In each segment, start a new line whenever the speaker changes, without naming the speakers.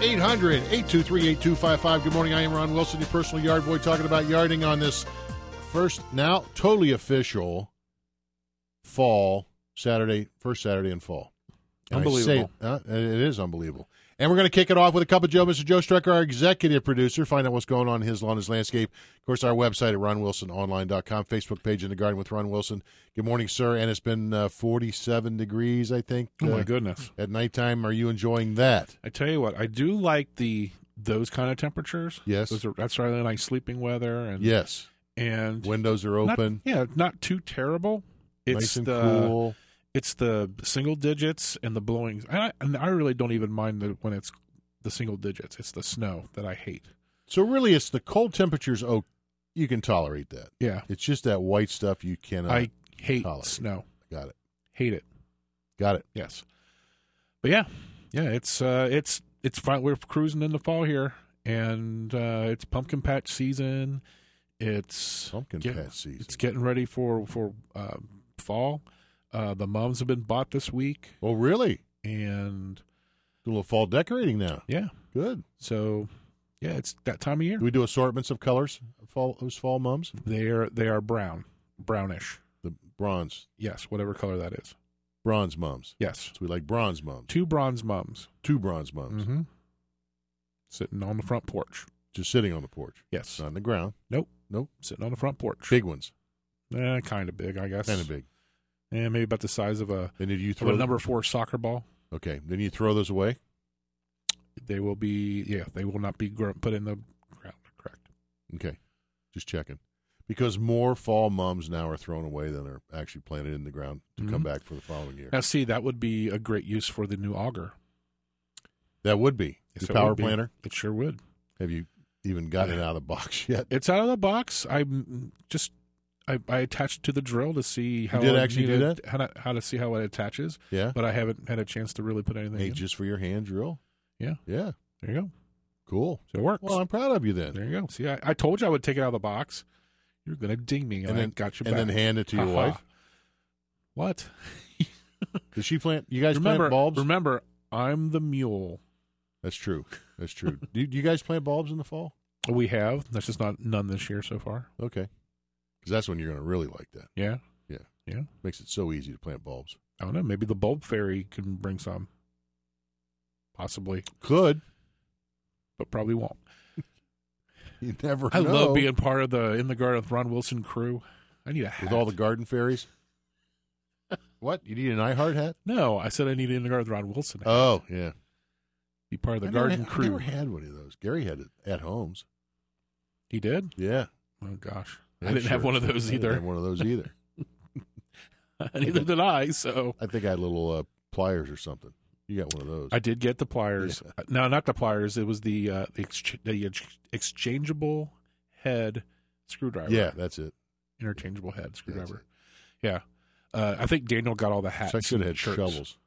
Eight hundred eight two three eight two five five. Good morning. I am Ron Wilson, your personal yard boy, talking about yarding on this first, now totally official fall Saturday, first Saturday in fall. And I
Unbelievable.
say- uh, it is unbelievable. And we're going to kick it off with a cup of Joe. Mr. Joe Strecker, our executive producer. Find out what's going on in his lawn, his landscape. Of course, our website at ronwilsononline.com, Facebook page in the garden with Ron Wilson. Good morning, sir. And it's been uh, 47 degrees, I think.
Oh my
uh,
goodness!
At nighttime, are you enjoying that?
I tell you what, I do like the those kind of temperatures.
Yes.
those are, that's really nice sleeping weather and
Yes.
and
Windows are
not-
open.
yeah, not too terrible. It's
nice and
the
cool.
it's the single digits and the blowing. And I, and I really don't even mind the, when it's the single digits. It's the snow that I hate.
So really, it's the cold temperatures. Oh, you can tolerate that.
Yeah,
It's just that white stuff you cannot.
I hate
tolerate.
snow.
got it.
Hate it.
Got it.
Yes, but yeah, yeah. It's uh, it's it's fine. We're cruising in the fall here, and uh, it's pumpkin patch season. It's
Pumpkin
get-
patch season.
It's getting ready for for uh, fall. Uh, the mums have been bought this week,
oh, really?
and
Do a little fall decorating now.
yeah,
Good.
so yeah, it's that time of year.
Do we do assortments of colors? Fall those fall mums.
They are they are brown, brownish.
The bronze,
Yes, whatever color that is.
bronze mums.
Yes,
So we like bronze mums.
two bronze mums
Two bronze mums
mm-hmm. sitting on the front porch.
just sitting on the porch,
Yes,
not on the ground.
nope,
Nope.
sitting on the front porch.
Big ones,
Eh, kind of big, I guess.
kind of big.
Yeah, maybe about the size of a,
Then you
of a
throw
number four soccer ball.
Okay. Then you throw those away.
They will be, yeah, they will not be gr- put in the ground. Correct.
Okay. Just checking. Because more fall mums now are thrown away than are actually planted in the ground to come
Mhm.
back for the following year.
Now, see, that would be a great use for the new auger.
That would be the
Yes, it would
power
be.
planter.
It sure would.
Have you even gotten it out of the box yet?
It's out of the box. I mm, just I, I attached it to the drill to see how
did
I
actually do
needed- How to, how to see how it attaches,
Yeah.
but I haven't had a chance to really put anything.
Hey,
in.
just for your hand drill.
Yeah.
Yeah.
There you go.
Cool.
So it works.
Well, I'm proud of you then.
there you go. See, I, I told you I would take it out of the box. You're gonna ding me, and,
And
I
then-
got you
and
back.
then hand it to your
Ha-ha.
wife?
What?
Does she plant? You guys plant
remember,
bulbs?
remember, I'm the mule.
That's true. That's true. do, do you guys plant bulbs in the fall?
We have. That's just not none this year so far.
Okay. Because that's when you're going to really like that.
Yeah.
Yeah.
Yeah.
Makes it so easy to plant bulbs.
I don't know. Maybe the bulb fairy can bring some. Possibly,
Could.
but probably won't.
You never
I
know.
love being part of the In the Garden with Ron Wilson crew. I need a hat.
with all the garden fairies. what? You need an iHeart hat?
no, I said I need an In the Garden with Ron Wilson. hat.
Oh, yeah.
Be part of the
I never
garden
had-
crew.
I never had one of those. Gary had it at Homes.
he did.
Yeah.
Oh gosh,
Yeah,
I didn't have
sure.
one of
I
those
didn't have
either.
one of those either.
Neither did I. So
I think I had little uh, pliers or something. You got one of those.
I did get the pliers. No, not the pliers. It was the uh, the, ex- the ex- exchangeable head screwdriver.
yeah, that's it.
interchangeable head
That's
screwdriver. Yeah, uh, I think Daniel got all the hats.
So I should have
and
had
shirts.
shovels.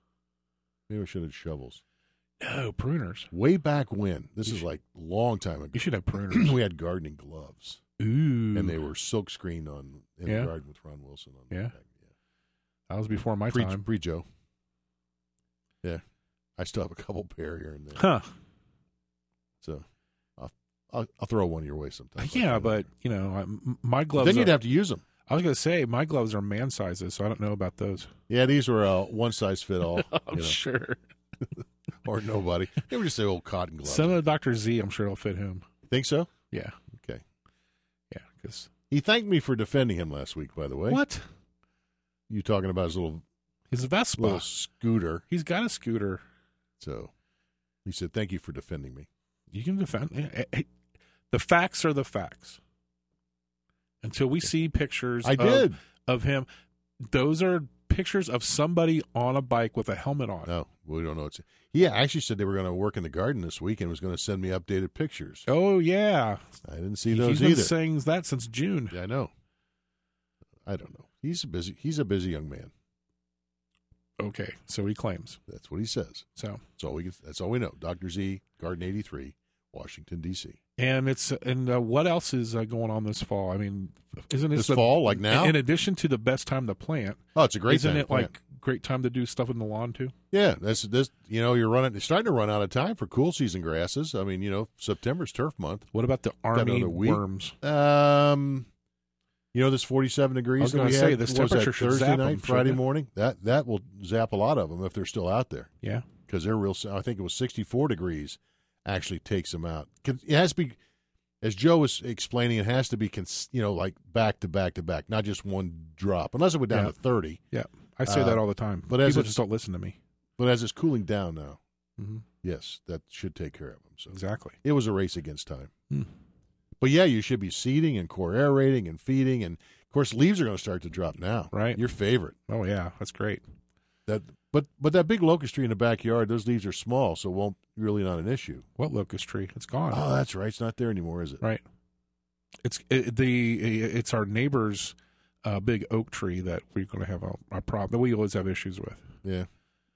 Maybe I should have had shovels.
No Oh, pruners.
Way back when, this
You
is
should-
like a long time
You
ago,
should have pruners.
we had gardening gloves.
Ooh,
And they were silk screened on in
Yeah.
the garden with Ron Wilson on
Yeah.
the back.
that was before my
pre,
time.
Pre Joe. Yeah. I still have a couple pair here and there.
Huh?
So I'll, I'll, I'll throw one your way sometime.
yeah, but you know, I, m- my gloves.
then you'd
are-
have to use them.
I was going to say my gloves are man sizes, so I don't know about those.
Yeah, these were uh, one size fit all,
Oh,
you know,
sure.
or nobody. They were just the old cotton gloves.
Some of Doctor Z, I'm sure it'll fit him.
Think so?
Yeah,
Okay.
yeah. Because
He thanked me for defending him last week. By the way,
what?
you talking about his little
His Vespa.
little scooter?
He's got a scooter.
So he said, "Thank you for defending me."
You can defend. yeah, eh, eh, The facts are the facts. Until we see pictures,
I
of-
did.
of him. Those are pictures of somebody on a bike with a helmet on.
No, we don't know. It's he actually said they were going to work in the garden this week and was going to send me updated pictures.
Oh yeah,
I didn't see those
he's been
either.
saying that since June.
Yeah, I know. I don't know. He's a busy. He's a busy young man.
Okay, so he claims.
That's what he says.
So
That's all we. Can, that's all we know. Doctor Z, Garden eighty three, Washington D.C.
and it's and uh, what else is uh, going on this fall? I mean, isn't it
This fall, like now.
In addition to the best time to plant,
oh, it's a great.
isn't
time to
it
plant.
like great time to do stuff in the lawn too?
Yeah, that's this. You know, you're running. You're starting to run out of time for cool season grasses. I mean, you know, September's turf month.
What about the army
another week.
worms?
Um, you know, this 47 degrees.
I was
that
gonna
we
say,
had,
this
what was
temperature
that,
should
Thursday
zap
night,
'em,
Friday
shouldn't it?
morning. That that will zap a lot of them if they're still out there
Yeah,
because they're real. I think it was 64 degrees actually takes them out. 'Cause It has to be, as Joe was explaining, it has to be, cons- you know, like back to back to back, not just one drop, unless it went down
Yeah.
to 30.
yeah. I say
Uh,
that all the time,
but
but
as
people
it's-
just don't listen to me.
But as it's cooling down now,
Mm-hmm.
yes, that should take care of them. So
Exactly.
it was a race against time.
Hmm.
But yeah, you should be seeding and core aerating and feeding, and of course, leaves are going to start to drop now.
Right.
your favorite.
Oh yeah, that's great.
That, but but that big locust tree in the backyard, those leaves are small, so won't really not an issue.
What locust tree? It's gone.
Oh, that's right, it's not there anymore, is it?
Right. It's it, the it's our neighbor's uh, big oak tree that we're going to have a, a problem that we always have issues with.
Yeah,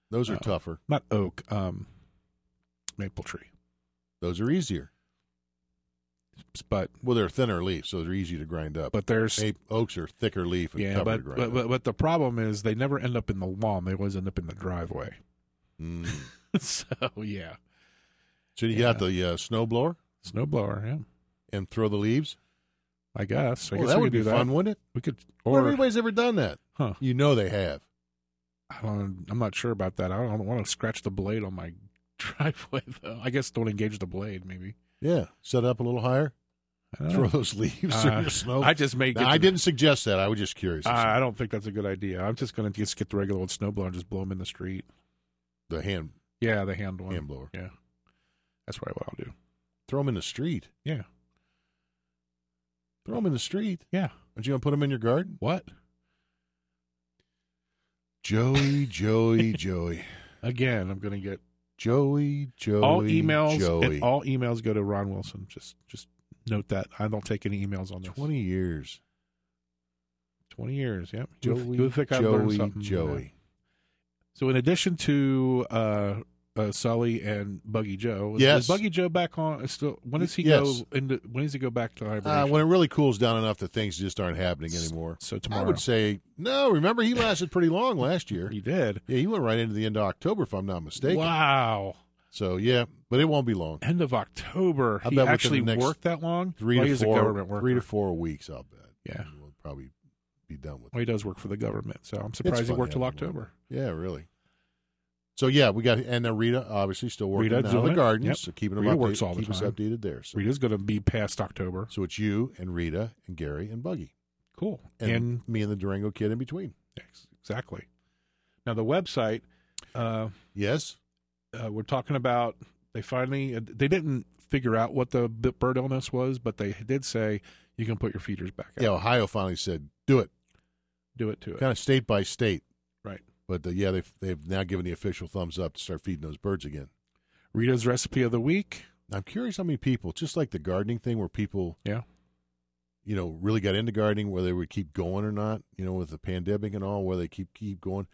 those are
No.
tougher.
Not oak, um, maple tree,
Those are easier.
but
Well, they're thinner leaves, so they're easy to grind up.
but there's
Ape, oaks are thicker leaf and
yeah,
tougher
but
to grind.
but,
up.
but but the problem is they never end up in the lawn. They always end up in the driveway.
Mm.
so yeah,
So you got the uh, snow blower
snowblower. Yeah,
and throw the leaves.
I guess. I
well,
guess
that
we
would
could
be
do
fun,
that.
wouldn't it?
We could
Or
or
everybody's ever done that.
huh?
You know they have.
I don't, I'm not sure about that. I don't want to scratch the blade on my driveway though. I guess don't engage the blade. Maybe.
Yeah, set it up a little higher.
I don't
throw
know.
those leaves
Oh. Uh,
through your snow.
I just may.
Now,
get
I
the-
didn't suggest that. I was just curious.
I I don't think that's a good idea. I'm just going to just get the regular old snowblower and just blow them in the street.
the hand
Yeah, the hand one.
hand blower.
Yeah, that's probably what I'll do.
Throw them in the street.
Yeah,
Throw them in the street.
yeah.
Aren't you gonna put them in your garden?
What
Joey, Joey, Joey,
again? I'm going to get
Joey, Joey.
all emails.
Joey.
And all emails go to Ron Wilson. Just just note that I don't take any emails on this.
Twenty years.
20 years. Yep. You would-
Joey,
you would think I'd learn
Joey,
something.
Joey.
So in addition to uh, uh, Sully and Buggy Joe, is-
Yes.
is Buggy Joe back on? Is still when does he
Yes.
go into? When does he go back to
Uh,
hibernation?
when it really cools down enough that things just aren't happening anymore.
so
I
tomorrow.
would say no. Remember, he lasted pretty long last year.
He did.
Yeah, he went right into the end of October, if I'm not mistaken.
Wow.
So yeah, but it won't be long.
End of October.
I
he
bet within
actually
the next
worked that long?
Three
well,
to
he's
four.
a government worker.
three to four weeks, I'll bet.
Yeah.
we'll probably be done with. it.
Well, he does work for the government, so I'm surprised he
fun
worked till
having him
October.
Yeah, really. So yeah, we got and then Rita obviously still working
Rita's
now in the
doing it.
garden,
Yep.
so keeping them
Rita
updated,
works all the
keep us
time.
updated there. So,
He is going to be past October.
so it's you and Rita and Gary and Buggy
Cool.
and,
And,
me and the Durango kid in between.
ex- exactly. Now the website. Uh,
Yes,
uh, we're talking about they finally uh, they didn't figure out what the b- bird illness was, but they did say you can put your feeders back out.
yeah. Ohio finally said do it,
Do it to it.
kind of state by state.
Right.
But uh, yeah, they've they've now given the official thumbs up to start feeding those birds again.
Rita's recipe of the week.
I'm curious how many people, just like the gardening thing, where people
Yeah.
you know, really got into gardening, whether they would keep going or not, you know, with the pandemic and all, where they keep keep going.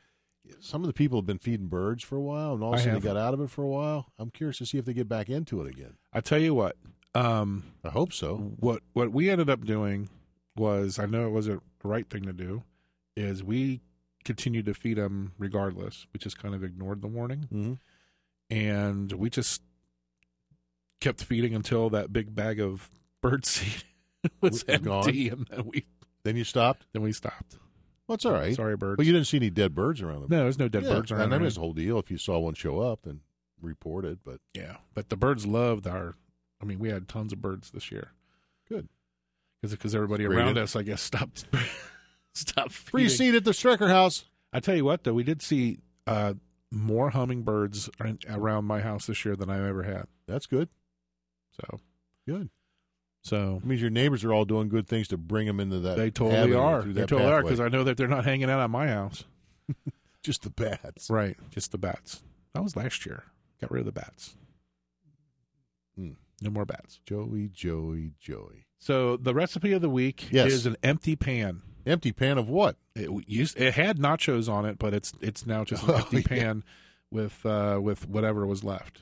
Some of the people have been feeding birds for a while, and all of a
I
sudden they
have.
got out of it for a while. I'm curious to see if they get back into it again.
I tell you what. Um,
I hope so.
what what we ended up doing was I know it wasn't the right thing to do, is we continued to feed them regardless. We just kind of ignored the warning
Mm-hmm.
and we just kept feeding until that big bag of bird seed was
Was gone.
empty, and then we
Then you stopped.
Then we stopped.
Well, it's all right.
Sorry, birds.
But you didn't see any dead birds around them.
no, there's no dead
Yeah,
birds around.
And that
here.
was the whole deal. If you saw one show up, then report it. But
Yeah, but the birds loved our. I mean, we had tons of birds this year
good.
because everybody
Rated.
around us, I guess, stopped stopped
Free
feeding.
seat at the Strecker House.
I tell you what, though, we did see uh, more hummingbirds ar- around my house this year than I've ever had.
That's good.
So,
Good.
so
It means your neighbors are all doing good things to bring them into that.
they totally
avenue,
are.
through
They
that
totally are
pathway.
because I know that they're not hanging out at my house.
just the bats.
Right, just the bats. That was last year. Got rid of the bats.
Hmm.
No more bats.
Joey, Joey, Joey.
So the recipe of the week
Yes.
is an empty pan.
Empty pan of what?
It w- used it had nachos on it, but it's it's now just an
Oh,
empty
yeah.
pan with uh, with whatever was left.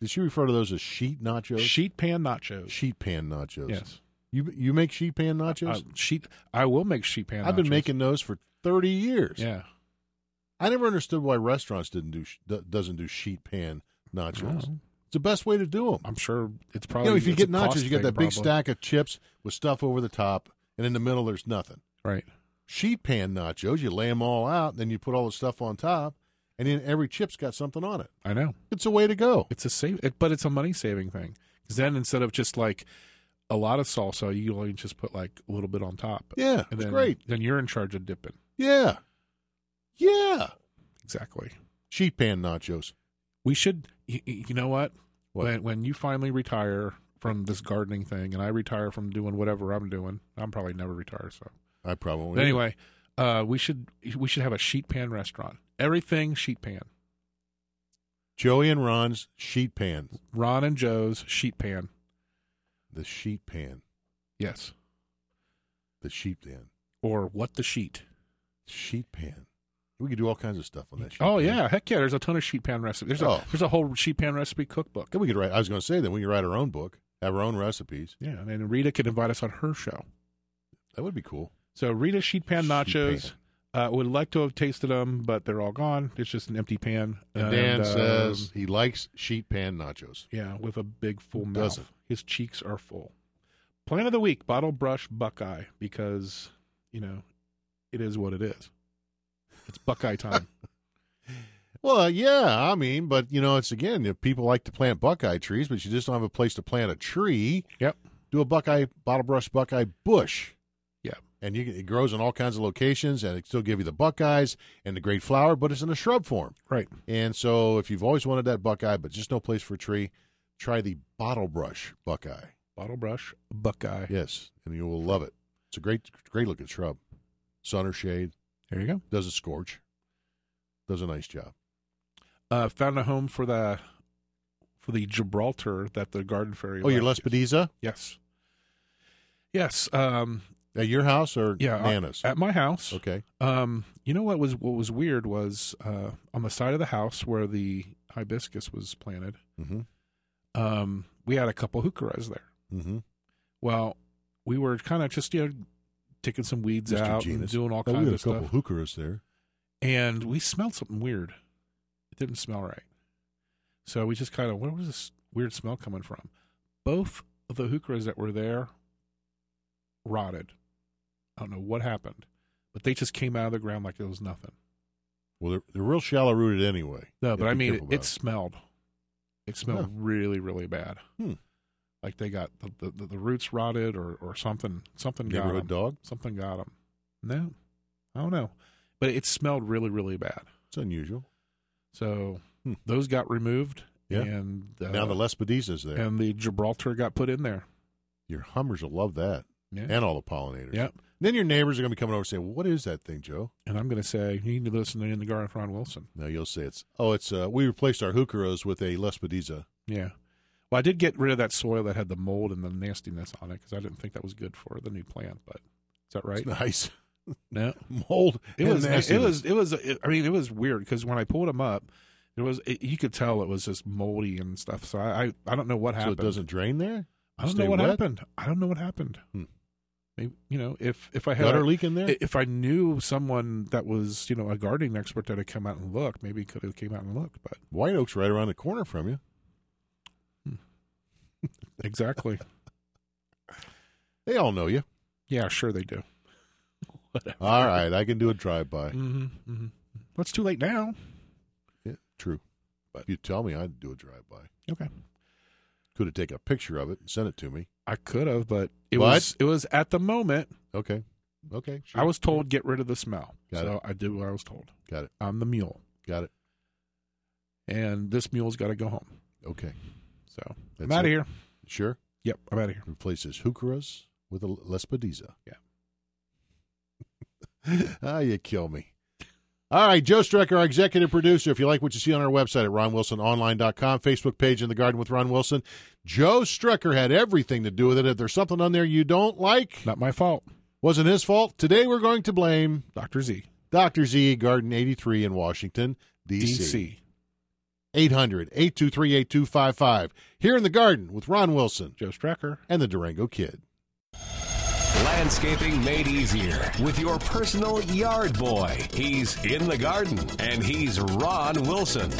Did she refer to those as sheet nachos?
Sheet pan nachos.
sheet pan nachos.
Yes.
You you make sheet pan nachos?
Uh, sheet. I will make sheet pan.
I've been
nachos.
making those for 30 years.
Yeah.
I never understood why restaurants didn't do sh- do- doesn't do sheet pan nachos.
Oh.
It's the best way to do them.
I'm sure it's probably.
You know, if you
Oh, it's a
get
cost
nachos, you
thing,
get that big
probably.
stack of chips with stuff over the top, and in the middle there's nothing.
Right.
Sheet pan nachos, you lay them all out, then you put all the stuff on top, and then every chip's got something on it.
I know.
It's a way to go.
It's a save, it, but it's a money saving thing. Because then instead of just like a lot of salsa, you only just put like a little bit on top.
Yeah,
and
it's
then,
great.
Then you're in charge of dipping.
Yeah, yeah.
Exactly.
Sheet pan nachos.
We should. You, you know what?
What?
When when you finally retire from this gardening thing, and I retire from doing whatever I'm doing, I'm probably never retire. So
I probably
But anyway, uh, we should we should have a sheet pan restaurant. Everything sheet pan.
Joey and Ron's sheet pan.
Ron and Joe's sheet pan.
The sheet pan.
Yes.
The sheep pan.
Or what the sheet?
Sheet pan. We could do all kinds of stuff on that. Sheet
Oh
pan.
yeah, heck yeah! There's a ton of sheet pan recipe. There's a
Oh.
there's a whole sheet pan recipe cookbook.
Then we could write. I was going to say that we could write our own book, have our own recipes.
Yeah, and then Rita could invite us on her show.
That would be cool.
So Rita sheet pan
Sheet
nachos. Uh, would like to have tasted them, but they're all gone. It's just an empty pan.
And Dan
um,
says he likes sheet pan nachos.
"Yeah, with a big full mouth.
Doesn't.
His cheeks are full." Plan of the week: bottle brush Buckeye because you know it is what it is. It's Buckeye time.
Well, yeah, I mean, but you know, it's again, if people like to plant buckeye trees, but you just don't have a place to plant a tree,
yep.
do a buckeye bottle brush buckeye bush.
Yeah.
And you, it grows in all kinds of locations, and it still give you the buckeyes and the great flower, but it's in a shrub form.
Right.
And so, if you've always wanted that buckeye, but just no place for a tree, try the bottle brush buckeye.
Bottle brush Buckeye.
Yes, and you will love it. It's a great, great looking shrub. Sun or shade
There you go.
doesn't scorch. Does a nice job.
uh, found a home for the for the Gibraltar that the garden fairy.
Oh, your
left.
Lespediza
Yes, yes. Um,
at your house or
yeah,
Nana's?
at my house.
okay,
Um, you know what was what was weird was uh, on the side of the house where the hibiscus was planted.
hmm
Um, we had a couple hookahs there.
hmm
Well, we were kind of just you know taking some weeds
Mr.
out and
Genus.
doing all
Oh, we
kinds
had a
of stuff,
couple hookahs there.
and we smelled something weird. It didn't smell right, so we just kind of where was this weird smell coming from? Both of the hookahs that were there rotted. I don't know what happened, but they just came out of the ground like it was nothing.
Well, they're, they're real shallow rooted anyway.
No,
You
but
have
I
to be
mean, it,
careful
it
about
smelled. It smelled really, really bad.
Hmm.
Like they got the, the, the roots rotted or, or something. Something got
neighborhood
'em.
dog.
Something got them. No, I don't know. But it smelled really, really bad.
It's unusual.
So
Hmm.
those got removed.
Yeah.
And uh,
now the Lespediza's there.
and the Gibraltar got put in there.
your hummers will love that,
Yeah.
and all the pollinators.
Yep.
Then your neighbors are going to be coming over and saying, well, "What is that thing, Joe?"
And I'm going to say, you need to listen to In the Garden with Ron Wilson.
No, you'll say it's oh, it's uh, we replaced our hookahs with a Lespediza.
Yeah. Well, I did get rid of that soil that had the mold and the nastiness on it because I didn't think that was good for the new plant. But is that right?
It's nice
No.
mold.
It
and
was it
nastiness.
was it was uh, it, I mean it was weird because when I pulled him up, it was it, you could tell it was just moldy and stuff. So I I, I don't know what
So
happened.
it doesn't drain there.
I don't
Stay
know what
wet?
happened. I don't know what happened.
Hmm.
Maybe, you know if if I had
Gutter leak in there.
if I knew someone that was you know a gardening expert that had come out and looked, maybe could have came out and looked. But
White oak's right around the corner from you.
exactly,
They all know you.
yeah, sure they do. Whatever.
All right, I can do a drive by.
Mm-hmm, mm-hmm. Well, it's too late now.
Yeah, true. But if you tell me, I'd do a drive by.
Okay.
Could have taken a picture of it and sent it to me.
I could have, but it
But-
was it was at the moment
Okay. Okay.
I was told get rid of the smell.
Got
so I did what I was told.
Got it.
I'm the mule,
Got it.
and this mule's got to go home.
Okay.
So
That's
I'm out
it.
of here.
Sure.
Yep, I'm out of here.
Replaces Hookeras with a Lespediza.
Yeah.
ah, you kill me. All right, Joe Strecker, our executive producer. If you like what you see on our website at ronwilsononline.com, Facebook page in the garden with Ron Wilson. Joe Strecker had everything to do with it. If there's something on there you don't like,
Not my fault,
wasn't his fault. Today we're going to blame
Doctor Z.
Dr. Z, Garden 83 in Washington, D.C.
DC
800 823 8255. Here in the garden with Ron Wilson
Joe Strecker.
and the Durango Kid.
Landscaping made easier with your personal yard boy. He's in the garden and he's Ron Wilson.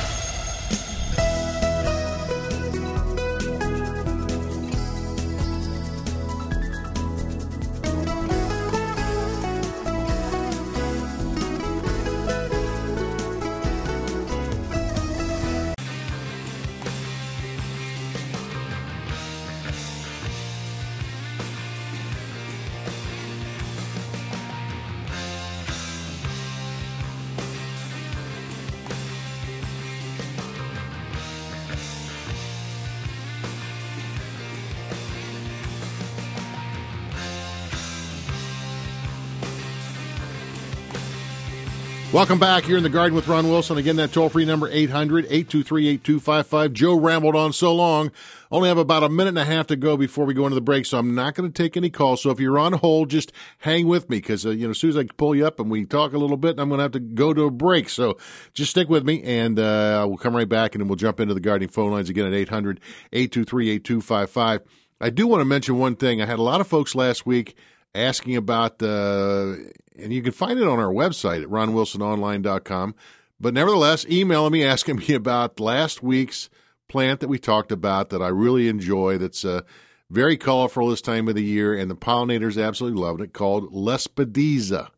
Welcome back here in the garden with Ron Wilson. Again, that toll free number 800 823 8255. Joe rambled on so long. Only have about a minute and a half to go before we go into the break, so I'm not going to take any calls. So if you're on hold, just hang with me because, uh, you know, as soon as I pull you up and we talk a little bit, I'm going to have to go to a break. So just stick with me and uh, we'll come right back and then we'll jump into the gardening phone lines again at 800 823 8255. I do want to mention one thing. I had a lot of folks last week asking about the, and you can find it on our website at ronwilsononline.com. But nevertheless, emailing me asking me about last week's plant that we talked about that I really enjoy. That's uh, very colorful this time of the year, and the pollinators absolutely loved it. Called Lespediza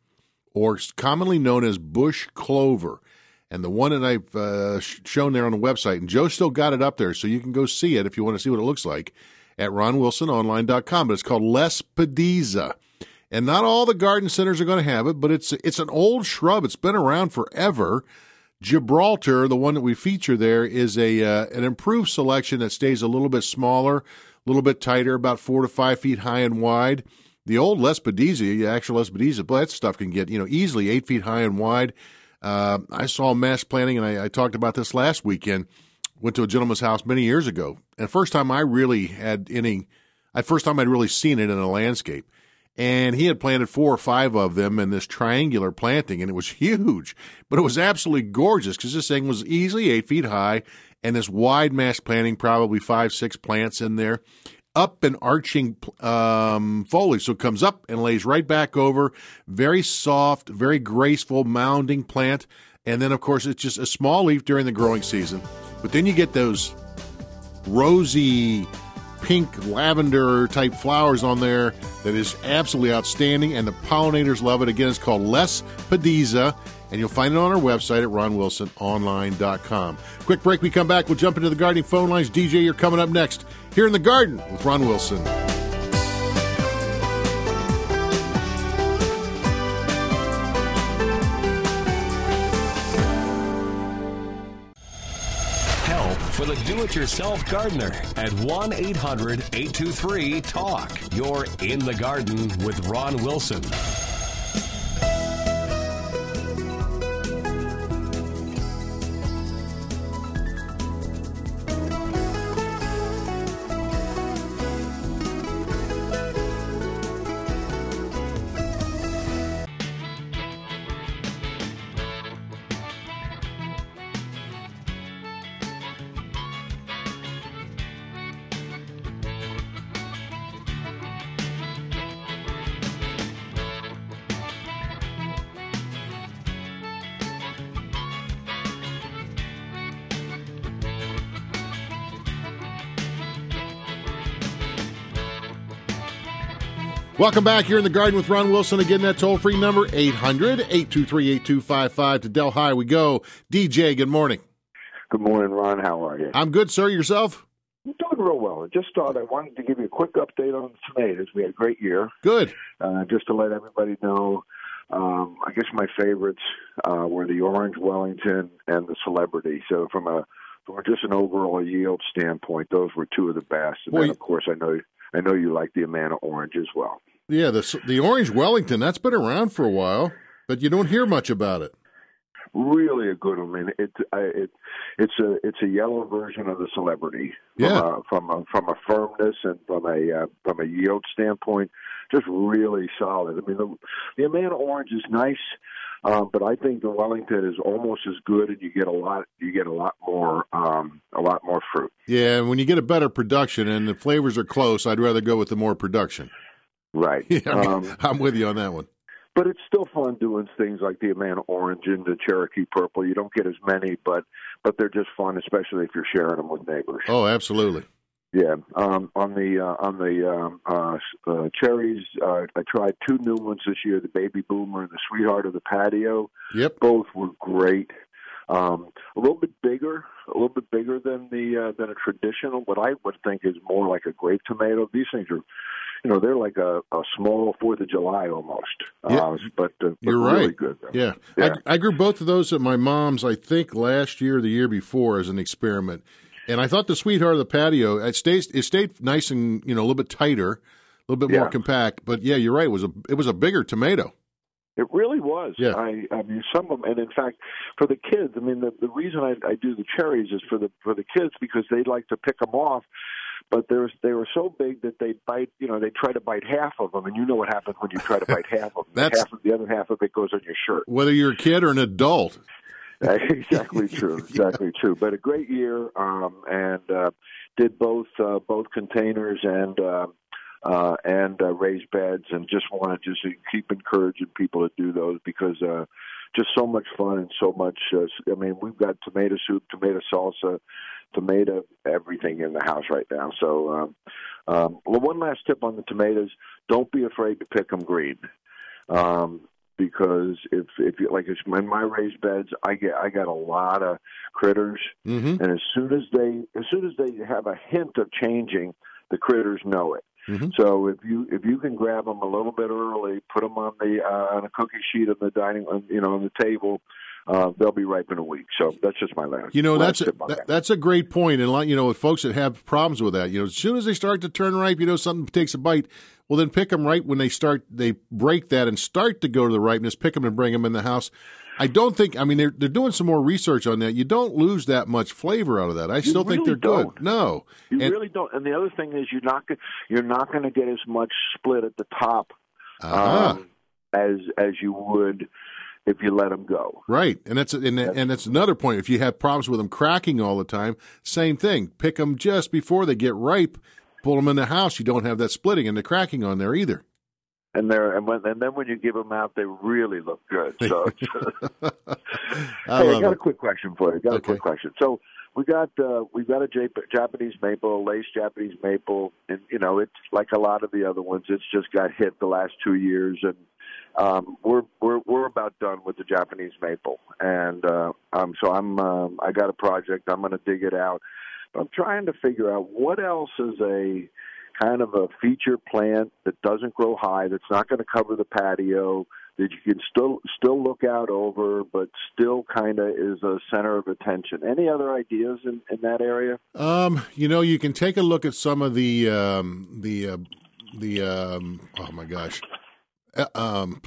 or s- commonly known as bush clover. And the one that I've uh, sh- shown there on the website, and Joe still got it up there, so you can go see it if you want to see what it looks like at ronwilsononline.com. But it's called Lespediza. And not all the garden centers are going to have it, but it's it's an old shrub. It's been around forever. Gibraltar, the one that we feature there, is a uh, an improved selection that stays a little bit smaller, a little bit tighter, about four to five feet high and wide. The old Lespediza, the actual Lespediza, but that stuff can get you know easily eight feet high and wide. Uh, I saw mass planting, and I, I talked about this last weekend. Went to a gentleman's house many years ago, and first time I really had any, I first time I'd really seen it in a landscape and he had planted four or five of them in this triangular planting, and it was huge, but it was absolutely gorgeous because this thing was easily eight feet high, and this wide mass planting, probably five, six plants in there, up and arching um, foliage. So it comes up and lays right back over, very soft, very graceful, mounding plant. And then, of course, it's just a small leaf during the growing season. But then you get those rosy pink lavender type flowers on there that is absolutely outstanding and the pollinators love it again it's called les pediza and you'll find it on our website at ronwilsononline.com quick break we come back we'll jump into the gardening phone lines dj you're coming up next here in the garden with ron wilson
Help for the do it yourself gardener at 1 800 823 TALK. You're in the garden with Ron Wilson.
Welcome back. You're in the garden with Ron Wilson. Again, that toll free number 800 823 8255. To Del High we go. DJ, good morning.
Good morning, Ron. How are you?
I'm good, sir. Yourself?
I'm doing real well. I just thought I wanted to give you a quick update on tomatoes. We had a great year.
Good.
Uh, just to let everybody know, um, I guess my favorites uh, were the orange Wellington and the celebrity. So from a from just an overall yield standpoint, those were two of the best. And
Well,
then,
you-
of course, I know I know you like the Amana orange as well.
Yeah, the, the Orange Wellington, that's been around for a while, but you don't hear much about it.
really a good one. And it, I, it, it's a it's a yellow version of the celebrity.
Yeah.
From a, from a, from a firmness and from a uh, from a yield standpoint, just really solid. I mean, the the Amana Orange is nice, um, but I think the Wellington is almost as good, and you get a lot you get a lot more um, a lot more fruit.
Yeah, and when you get a better production and the flavors are close, I'd rather go with the more production.
Right.
Yeah, I'm-
Um,
I'm with you on that one.
but it's still fun doing things like the Amana Orange and the Cherokee Purple. You don't get as many, but but they're just fun, especially if you're sharing them with neighbors.
Oh, absolutely.
Yeah, um, on the uh, on the um, uh, s- uh, cherries, uh, I tried two new ones this year: the Baby Boomer and the Sweetheart of the Patio.
Yep.
Both were great. Um, a little bit bigger, a little bit bigger than the uh, than a traditional. What I would think is more like a grape tomato. These things are, you know, they're like a, a small Fourth of July almost.
Yeah,
uh, but, uh, but
You're
really
right.
good. Though.
Yeah.
Yeah.
I, I grew both of those at my mom's, I think, last year or the year before as an experiment. And I thought the sweetheart of the patio, it stayed, it stayed nice and, you know, a little bit tighter, a little bit more
Yeah.
compact. But yeah, you're right. It was a, it was a bigger tomato.
It really was.
Yeah.
I, I mean, some of them, and in fact, for the kids, I mean, the, the reason I, I do the cherries is for the for the kids because they like to pick them off, but there's they were so big that they bite. You know, they try to bite half of them, and you know what happens when you try to bite half of them.
That's-
half of the other half of it goes on your shirt.
Whether you're a kid or an adult.
exactly true. Exactly true. But a great year, um, and uh, did both uh, both containers and uh, uh, and uh, raised beds, and just want to just keep encouraging people to do those because uh, just so much fun and so much. Uh, I mean, we've got tomato soup, tomato salsa, tomato everything in the house right now. So, um, um, well, one last tip on the tomatoes: don't be afraid to pick them green. Um, because if if you like it's in my raised beds i get i got a lot of critters
Mm-hmm.
and as soon as they as soon as they have a hint of changing the critters know it
Mhm.
so if you if you can grab them a little bit early put them on the uh, on a cookie sheet on the dining on, you know on the table uh, they'll be ripe in a week so that's just my last
You know, that's
last
a,
tip on
that,
that.
that's a great point. And, a lot- you know, with folks that have problems with that, you know, as soon as they start to turn ripe, you know, something takes a bite. Well, then pick them right when they start, they break that and start to go to the ripeness, pick them and bring them in the house. I don't think, I mean, they're, they're doing some more research on that. You don't lose that much flavor out of that. I still think
really
they're good.
don't.
No.
You
And-
really don't. And the other thing is, you're not go- you're not going to get as much split at the top
Ah.
um, as as you would if you let them go.
Right, and that's and, and that's another point. If you have problems with them cracking all the time, same thing. Pick them just before they get ripe, pull them in the house. You don't have that splitting and the cracking on there either.
And they're and, when, and then when you give them out, they really look good. So,
I
hey, I
love
got a
it.
quick question for you. Got a
Okay.
quick question. So we got uh, we got a Jap- Japanese maple, lace Japanese maple, and you know it's like a lot of the other ones. It's just got hit the last two years, and um, we're we're we're about done with the Japanese maple, and uh, um, so I'm um, I got a project. I'm going to dig it out. But I'm trying to figure out what else is a kind of a feature plant that doesn't grow high, that's not going to cover the patio, that you can still still look out over, but still kind of is a center of attention. Any other ideas in, in that area?
Um, you know, you can take a look at some of the um, the uh, the um, oh my gosh, Uh, um,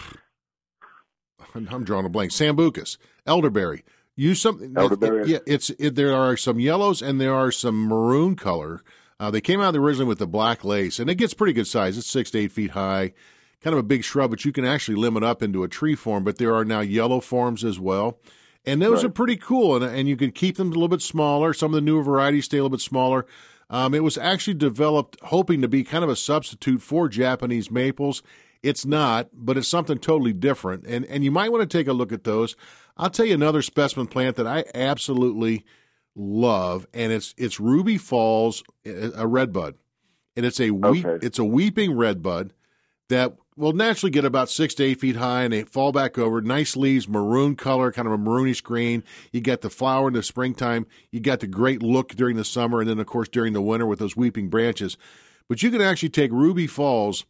I'm, I'm drawing a blank. Sambucus, elderberry. Use some
Elderberry.
yeah, it's it, there are some yellows and there are some maroon color. Uh, they came out originally with the black lace, and it gets pretty good size. It's six to eight feet high, kind of a big shrub, but you can actually limb it up into a tree form. But there are now yellow forms as well, and those
Right.
are pretty cool. And and you can keep them a little bit smaller. Some of the newer varieties stay a little bit smaller. Um, it was actually developed hoping to be kind of a substitute for Japanese maples. It's not, but it's something totally different. And and you might want to take a look at those. I'll tell you another specimen plant that I absolutely love, and it's it's Ruby Falls, a a redbud, and it's a weep,
Okay.
it's a weeping redbud that will naturally get about six to eight feet high and they fall back over. Nice leaves, maroon color, kind of a maroonish green. You got the flower in the springtime. You got the great look during the summer, and then of course during the winter with those weeping branches. But you can actually take Ruby Falls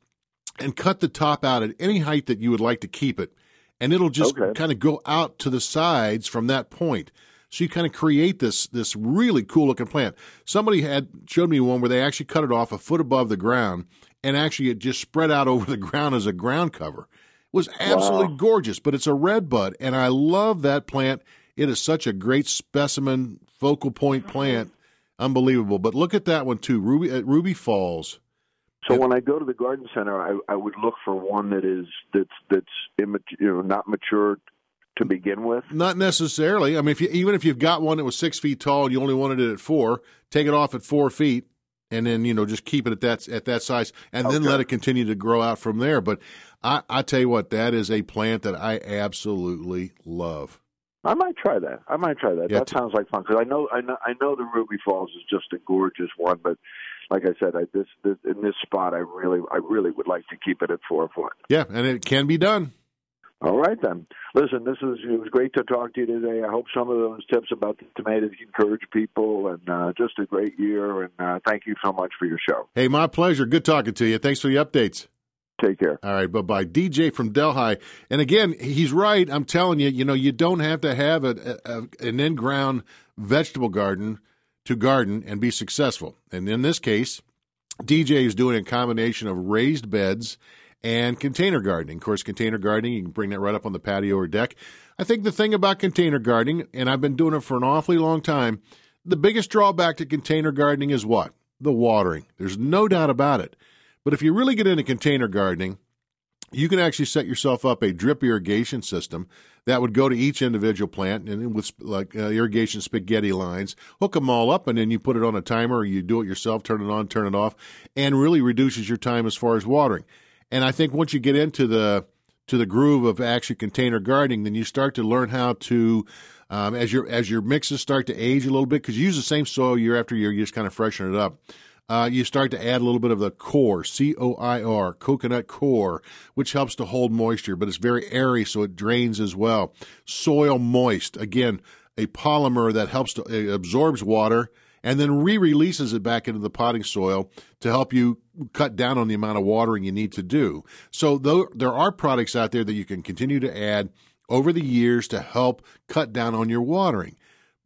and cut the top out at any height that you would like to keep it, and it'll just
Okay.
kind of go out to the sides from that point. So you kind of create this this really cool looking plant. Somebody had showed me one where they actually cut it off a foot above the ground, and actually it just spread out over the ground as a ground cover. It was absolutely gorgeous, but it's a red bud, and I love that plant. It is such a great specimen focal point plant, unbelievable. But look at that one too, Ruby uh, Ruby Falls.
So when I go to the garden center, I, I would look for one that is that's that's immature, you know, not mature to begin with.
Not necessarily. I mean, if you, even if you've got one that was six feet tall and you only wanted it at four, take it off at four feet, and then you know just keep it at that at that size, and then let it continue to grow out from there. But I, I tell you what, that is a plant that I absolutely love.
I might try that. I might try that.
Yeah,
that
t-
sounds like fun because I know I know I know the Ruby Falls is just a gorgeous one, but like I said, I, this, this in this spot, I really I really would like to keep it at four foot.
Yeah, and it can be done.
All right then. Listen, this is it was great to talk to you today. I hope some of those tips about the tomatoes encourage people, and uh, just a great year. And uh, thank you so much for your show.
Hey, my pleasure. Good talking to you. Thanks for the updates.
Take care.
All right, bye bye. DJ from Delhi. And again, he's right. I'm telling you, you know, you don't have to have a, a, a- an in ground vegetable garden to garden and be successful. And in this case, DJ is doing a combination of raised beds and container gardening. Of course, container gardening, you can bring that right up on the patio or deck. I think the thing about container gardening, and I've been doing it for an awfully long time, the biggest drawback to container gardening is what? The watering. There's no doubt about it. But if you really get into container gardening, you can actually set yourself up a drip irrigation system that would go to each individual plant and then with sp- like uh, irrigation spaghetti lines hook them all up and then you put it on a timer or you do it yourself turn it on turn it off and really reduces your time as far as watering and i think once you get into the to the groove of actually container gardening then you start to learn how to um, as your as your mixes start to age a little bit because you use the same soil year after year you just kind of freshen it up uh, you start to add a little bit of the core, C O I R, coconut core, which helps to hold moisture, but it's very airy, so it drains as well. Soil moist, again, a polymer that helps to it absorbs water and then re-releases it back into the potting soil to help you cut down on the amount of watering you need to do. So though there are products out there that you can continue to add over the years to help cut down on your watering.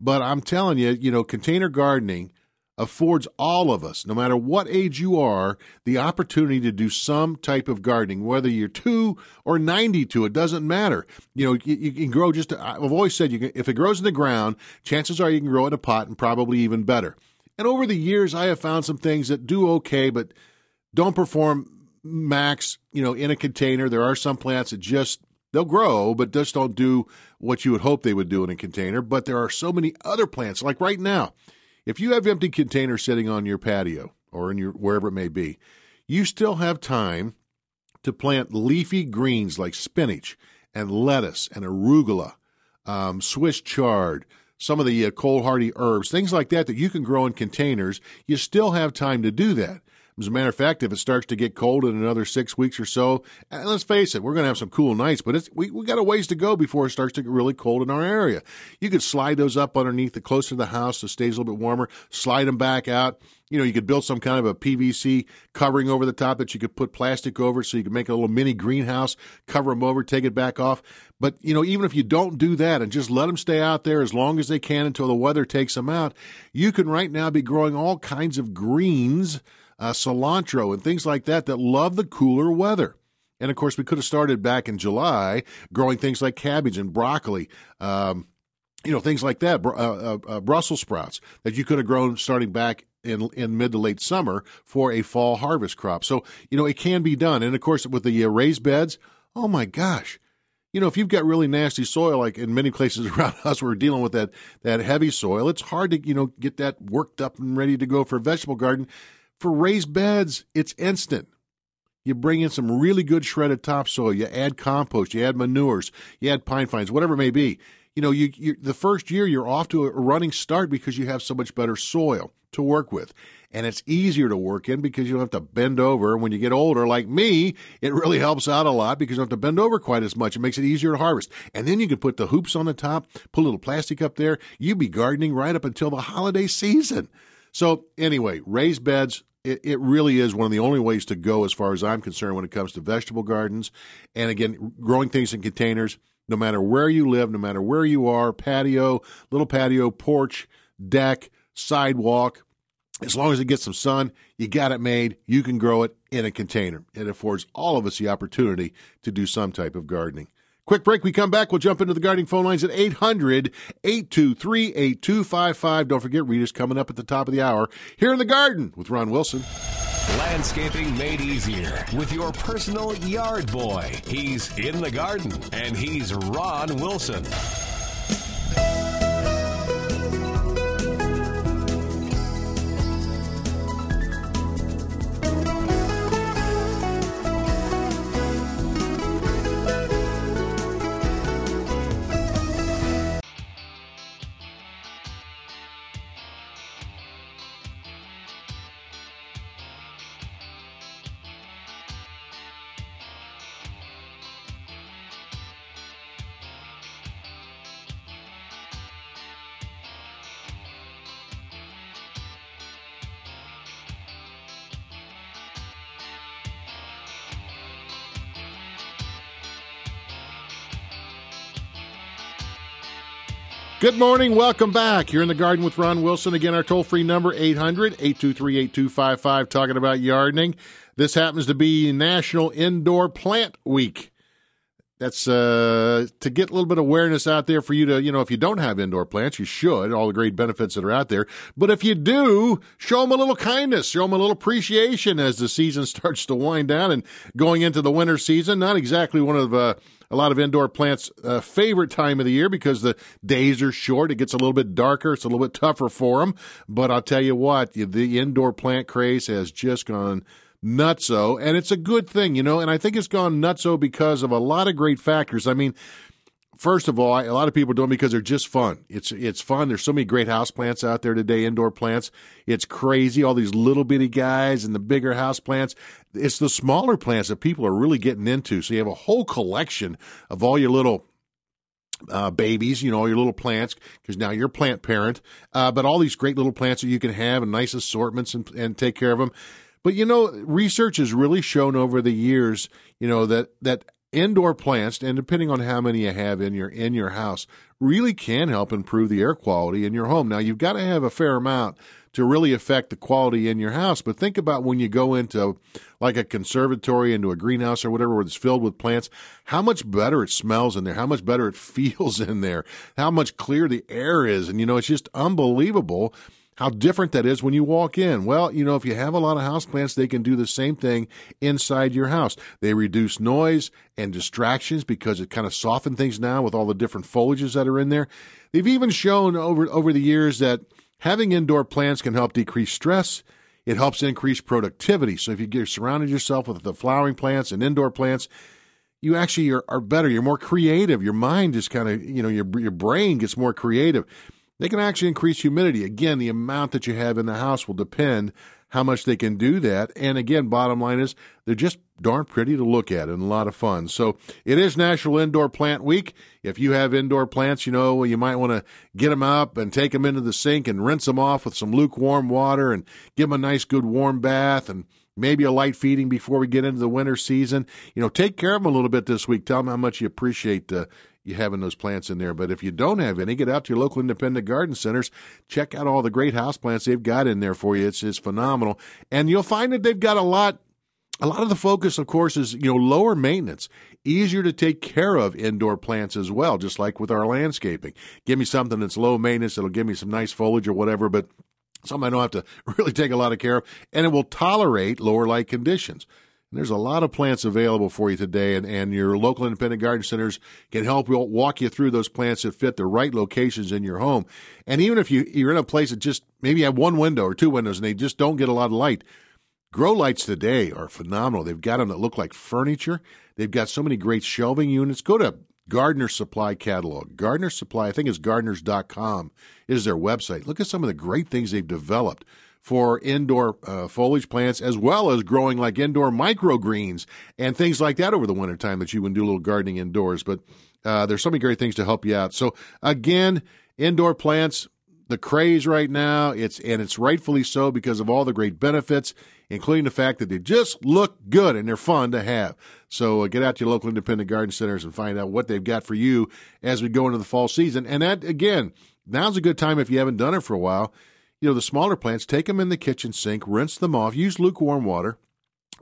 But I'm telling you, you know, container gardening affords all of us, no matter what age you are, the opportunity to do some type of gardening, whether you're two or 92, it doesn't matter. You know, you, you can grow just, I've always said, you can, if it grows in the ground, chances are you can grow it in a pot and probably even better. And over the years, I have found some things that do okay, but don't perform max, you know, in a container. There are some plants that just they'll grow, but just don't do what you would hope they would do in a container. But there are so many other plants, like right now. If you have empty containers sitting on your patio or in your wherever it may be, you still have time to plant leafy greens like spinach and lettuce and arugula, um, Swiss chard, some of the uh, cold hardy herbs, things like that that you can grow in containers. You still have time to do that. As a matter of fact, if it starts to get cold in another six weeks or so, and let's face it, we're going to have some cool nights, but it's, we we got a ways to go before it starts to get really cold in our area. You could slide those up underneath the closer to the house, so it stays a little bit warmer. Slide them back out. You know, you could build some kind of a PVC covering over the top that you could put plastic over, so you could make a little mini greenhouse. Cover them over, take it back off. But you know, even if you don't do that and just let them stay out there as long as they can until the weather takes them out, you can right now be growing all kinds of greens uh, cilantro and things like that that love the cooler weather. And of course, we could have started back in July growing things like cabbage and broccoli, um, you know, things like that, br- uh, uh, uh, Brussels sprouts that you could have grown starting back in in mid to late summer for a fall harvest crop. So you know, it can be done. And of course, with the uh, raised beds, oh my gosh, you know, if you've got really nasty soil, like in many places around us, we're dealing with that that heavy soil. It's hard to you know get that worked up and ready to go for a vegetable garden. For raised beds, it's instant. You bring in some really good shredded topsoil. You add compost. You add manures. You add pine fines, whatever it may be. you know, you, you the first year you're off to a running start because you have so much better soil to work with. And it's easier to work in because you don't have to bend over. And when you get older, like me, it really helps out a lot because you don't have to bend over quite as much. It makes it easier to harvest. And then you can put the hoops on the top, put a little plastic up there. You'd be gardening right up until the holiday season. So anyway, raised beds. It, it really is one of the only ways to go as far as I'm concerned when it comes to vegetable gardens. And again, growing things in containers, no matter where you live, no matter where you are, patio, little patio, porch, deck, sidewalk, as long as it gets some sun, you got it made. You can grow it in a container. It affords all of us the opportunity to do some type of gardening. Quick break. We come back. We'll jump into the gardening phone lines at 800 823 8255. Don't forget, readers coming up at the top of the hour here in the garden with Ron Wilson.
Landscaping made easier with your personal yard boy. He's in the garden and he's Ron Wilson.
Good morning. Welcome back. You're in the garden with Ron Wilson. Again, our toll free number 800 823 8255, talking about gardening. This happens to be National Indoor Plant Week. That's uh, to get a little bit of awareness out there for you to, you know, if you don't have indoor plants, you should, all the great benefits that are out there. But if you do, show them a little kindness, show them a little appreciation as the season starts to wind down and going into the winter season. Not exactly one of, uh, a lot of indoor plants' uh, favorite time of the year because the days are short. It gets a little bit darker. It's a little bit tougher for them. But I'll tell you what, the indoor plant craze has just gone nutso, and it's a good thing, you know. And I think it's gone nutso because of a lot of great factors. I mean, first of all, I, a lot of people do it because they're just fun. It's it's fun. There's so many great house plants out there today, indoor plants. It's crazy. All these little bitty guys and the bigger house plants. It's the smaller plants that people are really getting into. So you have a whole collection of all your little uh, babies, you know, all your little plants, because now you're a plant parent. Uh, but all these great little plants that you can have and nice assortments and, and take care of them. But you know, research has really shown over the years, you know, that that indoor plants and depending on how many you have in your in your house really can help improve the air quality in your home. Now you've got to have a fair amount to really affect the quality in your house, but think about when you go into like a conservatory into a greenhouse or whatever where it's filled with plants, how much better it smells in there, how much better it feels in there, how much clear the air is and you know it's just unbelievable how different that is when you walk in. Well, you know, if you have a lot of houseplants, they can do the same thing inside your house. They reduce noise and distractions because it kind of softens things now with all the different foliages that are in there. They've even shown over over the years that having indoor plants can help decrease stress. It helps increase productivity. So if you get surrounded yourself with the flowering plants and indoor plants, you actually are, are better. You're more creative. Your mind is kind of, you know, your your brain gets more creative they can actually increase humidity. Again, the amount that you have in the house will depend how much they can do that. And again, bottom line is they're just darn pretty to look at and a lot of fun. So it is National Indoor Plant Week. If you have indoor plants, you know, you might want to get them up and take them into the sink and rinse them off with some lukewarm water and give them a nice good warm bath and maybe a light feeding before we get into the winter season. You know, take care of them a little bit this week. Tell them how much you appreciate uh, you having those plants in there. But if you don't have any, get out to your local independent garden centers. Check out all the great house plants they've got in there for you. It's it's phenomenal, and you'll find that they've got a lot. A lot of the focus, of course, is you know lower maintenance, easier to take care of indoor plants as well. Just like with our landscaping, give me something that's low maintenance that'll give me some nice foliage or whatever, but something I don't have to really take a lot of care of, and it will tolerate lower light conditions. And there's a lot of plants available for you today, and, and your local independent garden centers can help walk you through those plants that fit the right locations in your home. And even if you, you're in a place that just maybe have one window or two windows and they just don't get a lot of light, grow lights today are phenomenal. They've got them that look like furniture. They've got so many great shelving units. Go to Gardner Supply catalog. Gardner Supply, I think it's gardeners.com, is their website. Look at some of the great things they've developed for indoor uh, foliage plants as well as growing like indoor microgreens and things like that over the wintertime that you can do a little gardening indoors. But uh, there's so many great things to help you out. So, again, indoor plants, the craze right now. It's and it's rightfully so because of all the great benefits, including the fact that they just look good and they're fun to have. So uh, get out to your local independent garden centers and find out what they've got for you as we go into the fall season. And that again, now's a good time if you haven't done it for a while. You know the smaller plants, take them in the kitchen sink, rinse them off, use lukewarm water,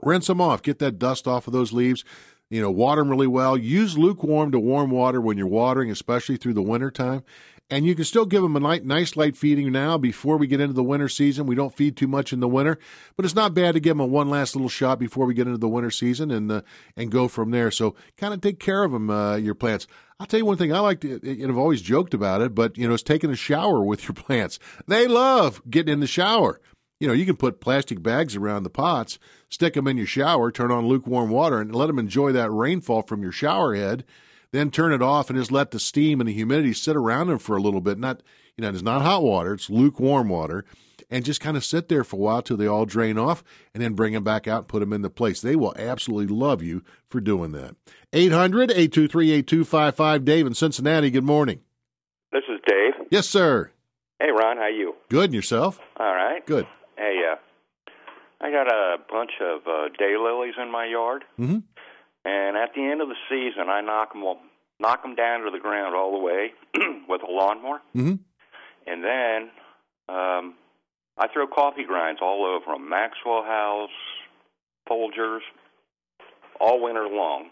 rinse them off, get that dust off of those leaves. You know, water them really well. Use lukewarm to warm water when you're watering, especially through the winter time and you can still give them a light, nice light feeding now before we get into the winter season. We don't feed too much in the winter, but it's not bad to give them a one last little shot before we get into the winter season and uh, and go from there. So kind of take care of them, uh, your plants. I'll tell you one thing I like to, uh, and I've always joked about it, but you know, it's taking a shower with your plants. They love getting in the shower. You know, you can put plastic bags around the pots, stick them in your shower, turn on lukewarm water, and let them enjoy that rainfall from your shower head then turn it off and just let the steam and the humidity sit around them for a little bit. Not, you know, it's not hot water, it's lukewarm water. And just kind of sit there for a while till they all drain off and then bring them back out and put them in the place. They will absolutely love you for doing that. 800 823 8255. Dave in Cincinnati, good morning.
This is Dave.
Yes, sir.
Hey, Ron, how you?
Good, and yourself?
All right.
Good.
Hey, uh, I got a bunch of uh, daylilies in my yard.
Mm-hmm.
And at the end of the season, I knock them all, knock them down to the ground all the way with a lawnmower,
Mm-hmm.
and then um, I throw coffee grinds all over them, Maxwell House, Folgers, all winter long,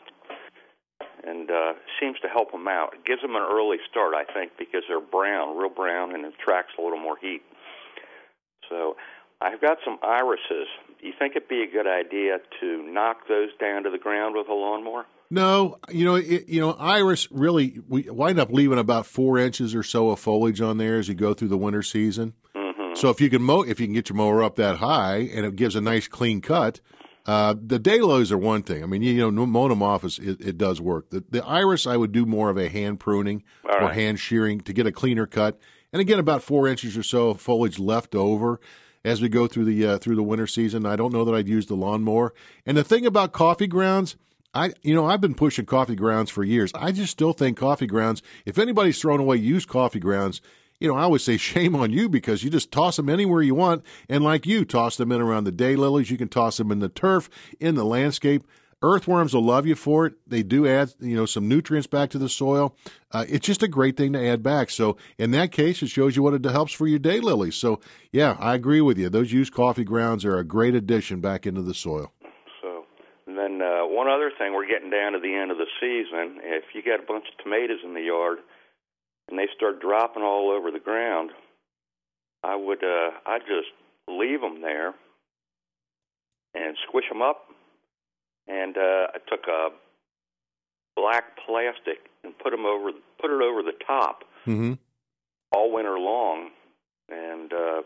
and uh, seems to help them out. It gives them an early start, I think, because they're brown, real brown, and it attracts a little more heat. So I've got some irises. You think it'd be a good idea to knock those down to the ground with a lawnmower?
No, you know, it, you know, iris really we wind up leaving about four inches or so of foliage on there as you go through the winter season. Mm-hmm. So if you can mow, if you can get your mower up that high and it gives a nice clean cut, uh, the daylows are one thing. I mean, you know, mowing them off is it, it does work. The, the iris, I would do more of a hand pruning
All
or
right.
hand shearing to get a cleaner cut. And again, about four inches or so of foliage left over as we go through the uh, through the winter season. I don't know that I'd use the lawnmower. And the thing about coffee grounds. I you know I've been pushing coffee grounds for years. I just still think coffee grounds. If anybody's throwing away used coffee grounds, you know I always say shame on you because you just toss them anywhere you want, and like you toss them in around the daylilies, you can toss them in the turf, in the landscape. Earthworms will love you for it. They do add you know some nutrients back to the soil. Uh, it's just a great thing to add back. So in that case, it shows you what it helps for your daylilies. So yeah, I agree with you. Those used coffee grounds are a great addition back into the soil.
So, and then uh, one other thing, we're getting down to the end of the season. If you got a bunch of tomatoes in the yard and they start dropping all over the ground, I would uh, I just leave them there and squish them up. And uh, I took a black plastic and put them over put it over the top
Mm-hmm.
all winter long, and uh,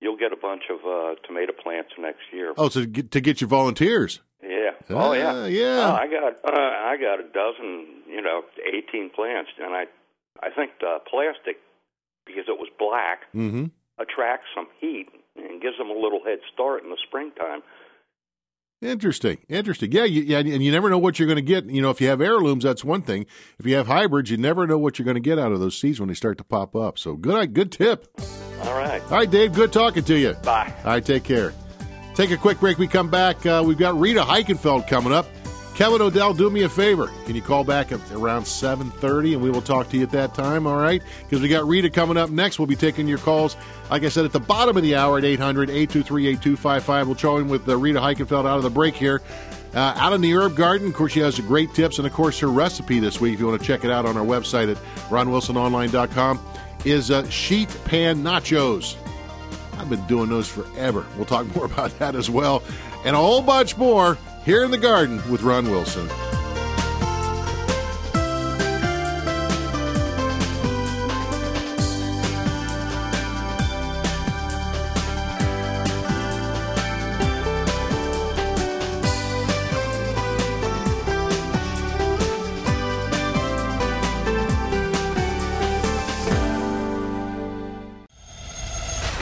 you'll get a bunch of uh, tomato plants next year.
Oh, so to get, to get your volunteers.
Yeah. Oh
Ah,
yeah.
yeah.
Oh, I got uh, I got a dozen, you know, eighteen plants, and I I think the plastic because it was black
Mm-hmm.
attracts some heat and gives them a little head start in the springtime.
Interesting, interesting. Yeah, you, yeah, and you never know what you're going to get. You know, if you have heirlooms, that's one thing. If you have hybrids, you never know what you're going to get out of those seeds when they start to pop up. So good, good tip.
All right.
All right, Dave. Good talking to you.
Bye.
All right, take care. Take a quick break. We come back. Uh, we've got Rita Heikenfeld coming up. Kevin Odell, do me a favor. Can you call back at around 7.30 and we will talk to you at that time, all right? Because we got Rita coming up next. We'll be taking your calls, like I said, at the bottom of the hour at 800-823-8255. We'll throw in with uh, Rita Heikenfeld out of the break here. Uh, out in the herb garden, of course, she has the great tips and, of course, her recipe this week. If you want to check it out on our website at ronwilsononline.com is uh, sheet pan nachos. I've been doing those forever. We'll talk more about that as well, and a whole bunch more here in the garden with Ron Wilson.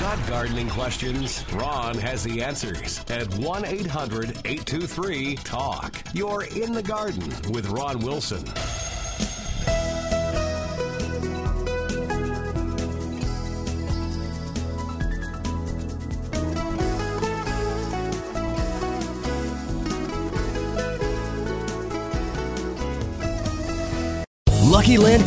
got gardening questions? Ron has the answers at 1 800 823 TALK. You're in the garden with Ron Wilson.
Lucky Land